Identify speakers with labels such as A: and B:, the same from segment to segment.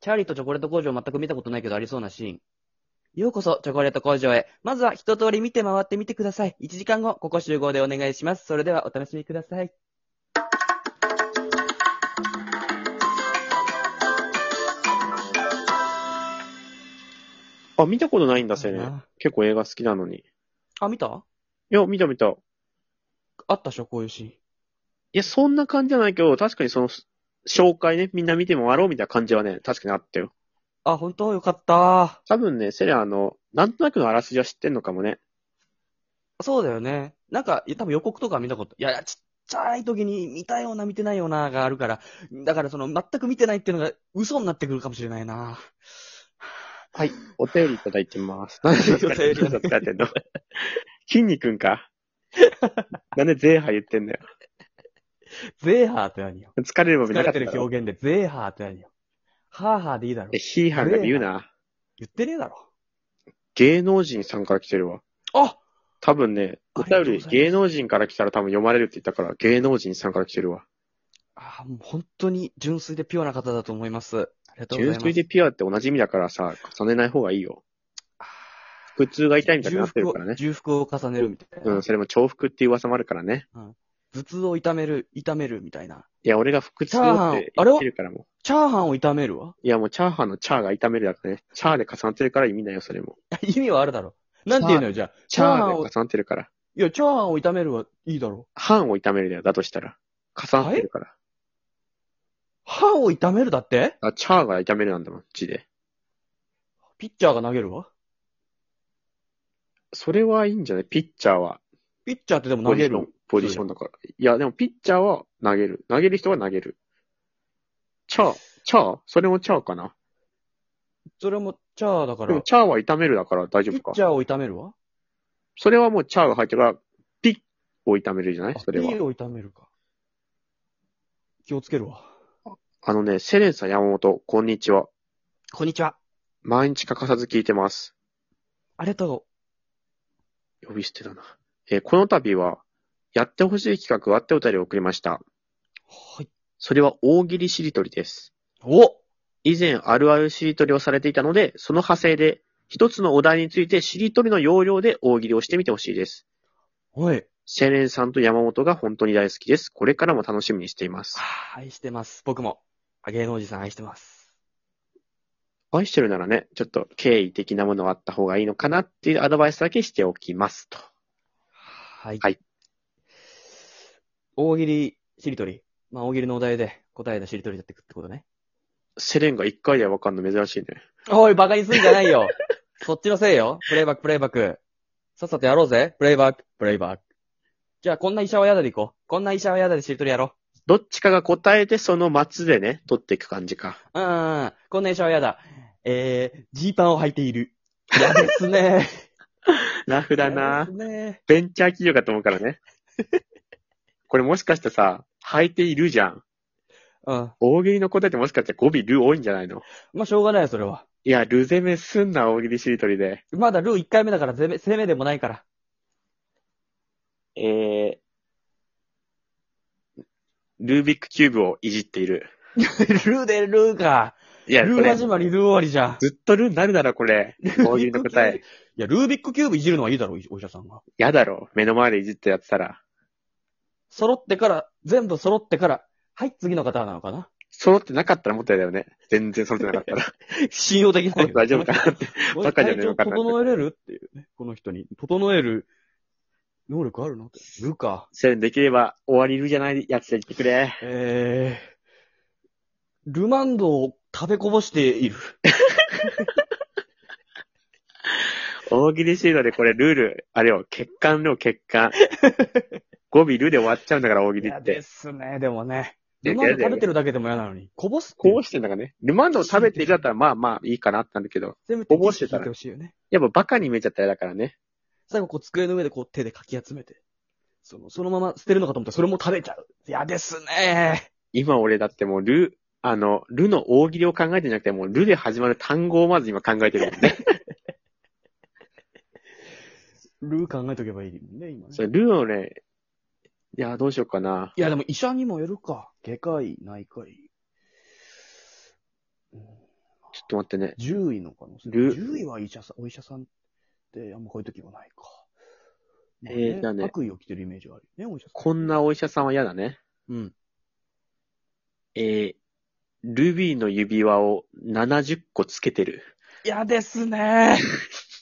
A: チャーリーとチョコレート工場全く見たことないけどありそうなシーン。ようこそ、チョコレート工場へ。まずは一通り見て回ってみてください。1時間後、ここ集合でお願いします。それではお楽しみください。
B: あ、見たことないんだ、青年。結構映画好きなのに。い
A: あ、見た
B: や、見た見た。い
A: あったっしょ、こういうシーン。
B: や、そんな感じじゃないけど、確かにその、紹介ね、みんな見てもらおうみたいな感じはね、確かにあったよ。
A: あ、本当よかった。
B: 多分ね、セレンあの、なんとなくのあらすじは知ってんのかもね。
A: そうだよね。なんか、いや多分予告とか見たこと、いやいや、ちっちゃい時に見たような見てないようながあるから、だからその全く見てないっていうのが嘘になってくるかもしれないな。
B: はい。お便りいただいてます。何
A: お便り
B: だってんの筋肉 か。なんでゼーハ言ってんだよ。
A: ゼーハーって何よ。
B: 疲れるも
A: 疲
B: 見なか
A: れ
B: った
A: て
B: ろ
A: る表現でゼーハーって何よ。ハーハーでいいだろ
B: え、。ヒーハンが言うな。
A: 言ってねえだろ。
B: 芸能人さんから来てるわ。
A: あ
B: 多分ね、お
A: ありがとうござい
B: 便
A: ま
B: り
A: す
B: 芸能人から来たら多分読まれるって言ったから、芸能人さんから来てるわ。
A: あーもう本当に純粋でピュアな方だと思います。ありがとうござい
B: 純
A: ます。
B: 粋でピュアって同じ意味だからさ、重ねない方がいいよ。
A: あ
B: 普通が
A: ー
B: 痛いみたいになってるからね。
A: 重複を重複を重ねるみたいな。
B: うん、それも重複っていう噂もあるからね。
A: 頭痛を痛める、痛めるみたいな。
B: いや、俺が腹痛って言ってるからも
A: チャーハンを痛めるわ。
B: う。いや、もうチャーハンのチャーが痛めるだからね。チャーで重なってるから意味ないよ、それも。
A: 意味はあるだろ。なんて言うのよ、じゃあ。チ
B: チャ
A: ャーハン
B: ー
A: を
B: で重なってるから。
A: いや、チャーハンを炒めるはいいだろ。
B: ハンを痛めるだよ、だとしたら。重なってるから。
A: 歯を炒めるだって
B: あ、チャーが痛めるなんだもん、字で。
A: ピッチャーが投げるわ。
B: それはいいんじゃないピッチャーは。
A: ピッチャーってでも
B: ポ
A: 投
B: ジ
A: げ
B: ション
A: る。、
B: ポジションだから。いや、でもピッチャーは投げる。投げる人は投げる。チャー、チャーそれもチャーかな。
A: それもチャーだか
B: で
A: ら
B: も、チャーは炒めるだから大
A: ピ
B: 丈夫
A: ッ
B: か
A: チ。ャーを炒めるわ。
B: それはもうチャーが入ってるから、ピッを炒めるじゃない
A: あ
B: それは
A: P。を炒めるか。気をつけるわ。
B: あのね、セレンさん山本、こんにちは。
A: こんにちは。
B: 毎日欠かさず聞いてます。
A: ありがと
B: 呼び捨てだな。えーこの度は、やってほしい企画あってお便りを送りまし
A: う。
B: た。
A: はい。
B: それは大喜利しりとりです。
A: お
B: 以前あるあるしりとりをされていたので、その派生で、一つのお題についてしりとりの要領で大喜利をしてみてほしいです。
A: おい。
B: セレンさんと山本が本当に大好きです。これからも楽しみにしています。
A: あー愛してます。僕も。あ芸能人さん愛してます。
B: 愛してるならね、ちょっと敬意的なものはあった方がいいのかなっていうアドバイスだけしておきますと。
A: はい。
B: はい
A: 大喜利、しりとり。まあ、大喜利のお題で答えのしりとりだってくってことね。
B: セレンが一回でわかんの珍しいね。
A: おい、バカにすんじゃないよ。 そっちのせいよ。プレイバック、プレイバック。さっさとやろうぜ。プレイバック、プレイバック。じゃあ、こんな医者はやだで行こう。こんな医者はやだでしりとりやろ
B: どっちかが答えてその松でね、取っていく感じか。
A: う。うーん。こんな医者はやだ。えー、ジーパンを履いている。嫌ですね。
B: ラフだ
A: 嫌
B: な
A: ですね。
B: ベンチャー企業かと思うからね。 これもしかしてさ、履いているじゃん。
A: うん。
B: 大喜利の答えってもしかして語尾ル多いんじゃないの
A: まあ、しょうがないよ、それは。
B: いや、ル攻めすんな、大喜利しりとりで。
A: まだルー1回目だから、攻め、攻めでもないから。
B: えー、ルービックキューブをいじっている。
A: ルーでルーか。
B: いや、
A: ル
B: こ
A: ー
B: れ、
A: 始まり、ルー終わりじゃん。
B: ずっとルーになるだろ、これ。大喜利の答
A: ルービックキューブい
B: え。
A: や、ルービックキューブいじるのはいいだろ、お医者さんが。
B: やだろ、目の前でいじってやってたら。
A: 揃ってから、全部揃ってから、はい、次の方なのかな
B: 揃ってなかったらもったいだよね。全然揃ってなかったら。
A: 信用できないよ。
B: 大丈夫か なって。
A: 俺
B: バカじゃねえのか
A: 体調整えれるっていうね。この人に。整える能力あるのって。ルカ。
B: セレンできれば終わりるじゃないやつで言って くれ。
A: えー、ルマンドを食べこぼしている。
B: 大喜利シードでこれルール、あれよ、欠陥よ、欠 陥。語尾ルで終わっちゃうんだから、大喜利
A: 嫌
B: っ
A: で
B: て。
A: すね、でもね。
B: いや
A: ルマンド
B: 嫌だよ
A: 食べてるだけでも嫌なのに。こぼすっていう
B: こうしてんだからね。ルマンドを食べているだったら、まあまあいいかなってなるけど、
A: せめて
B: こぼして
A: 聞い
B: たら
A: てほしいよね。
B: やっぱバカに見えちゃったらだからね。
A: 最後、こう、机の上でこう、手でかき集めて。その、そのまま捨てるのかと思ったら、それも食べちゃう。嫌ですね。
B: 今俺だってもうル、あの、ルの大喜利を考えてんじゃなくて、もうルで始まる単語をまず今考えてるもんね。
A: ルー考えとけばいいもんね、今ね
B: そ。れルをね、いや、どうしようかな。
A: いや、でも医者にもよるか。外科医、内科医。うん
B: と待ってね。
A: 獣医の可能性。
B: る
A: 獣医は医者さん、お医者さんってあんまこういう時もないか。まあ
B: えーじゃあね
A: 悪意を着てるイメージはあるよね、お医者さ
B: こんなお医者さんは嫌だね。
A: ん。うん。
B: えー、ルビーの指輪を70個つけてる。
A: 嫌ですね。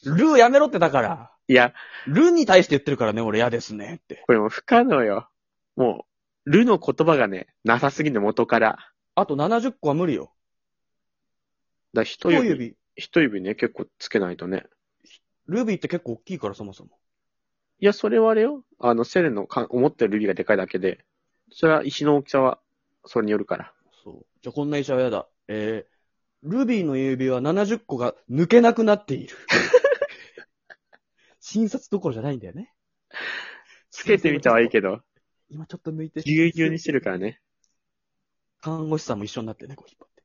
A: ルーやめろってだから。
B: いや、
A: ルーに対して言ってるからね、俺嫌ですねって。
B: これもう不可能よ。もう、ルの言葉がね、なさすぎるの元から。
A: あと70個は無理よ。
B: だ
A: 一
B: 一指、
A: 指。
B: 一指ね、結構つけないとね。
A: ルビーって結構大きいから、そもそも。
B: いや、それはあれよ。あの、セレンのか思ってるルビがでかいだけで、それは石の大きさは、それによるから。
A: そう。じゃあこんな医者は嫌だ。えー、ルビーの指は70個が抜けなくなっている。 診察どころじゃないんだよね。
B: つけてみたはいい
A: ど。
B: けど、
A: 今ちょっと抜いて。
B: ぎゅうぎゅうにしてるからね。
A: 看護師さんも一緒になってね、こう引っ張って。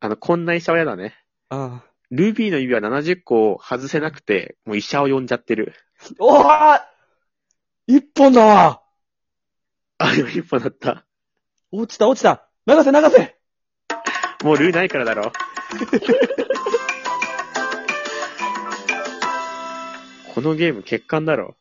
B: あの、こんな医者は嫌だね。
A: ああ。
B: ルビーの指は70個を外せなくて、もう医者を呼んじゃってる。
A: おー一本だわ
B: あ、でも一歩だった。
A: 落ちた落ちた流せ流せ
B: もうルーないからだろ。このゲーム欠陥だろ。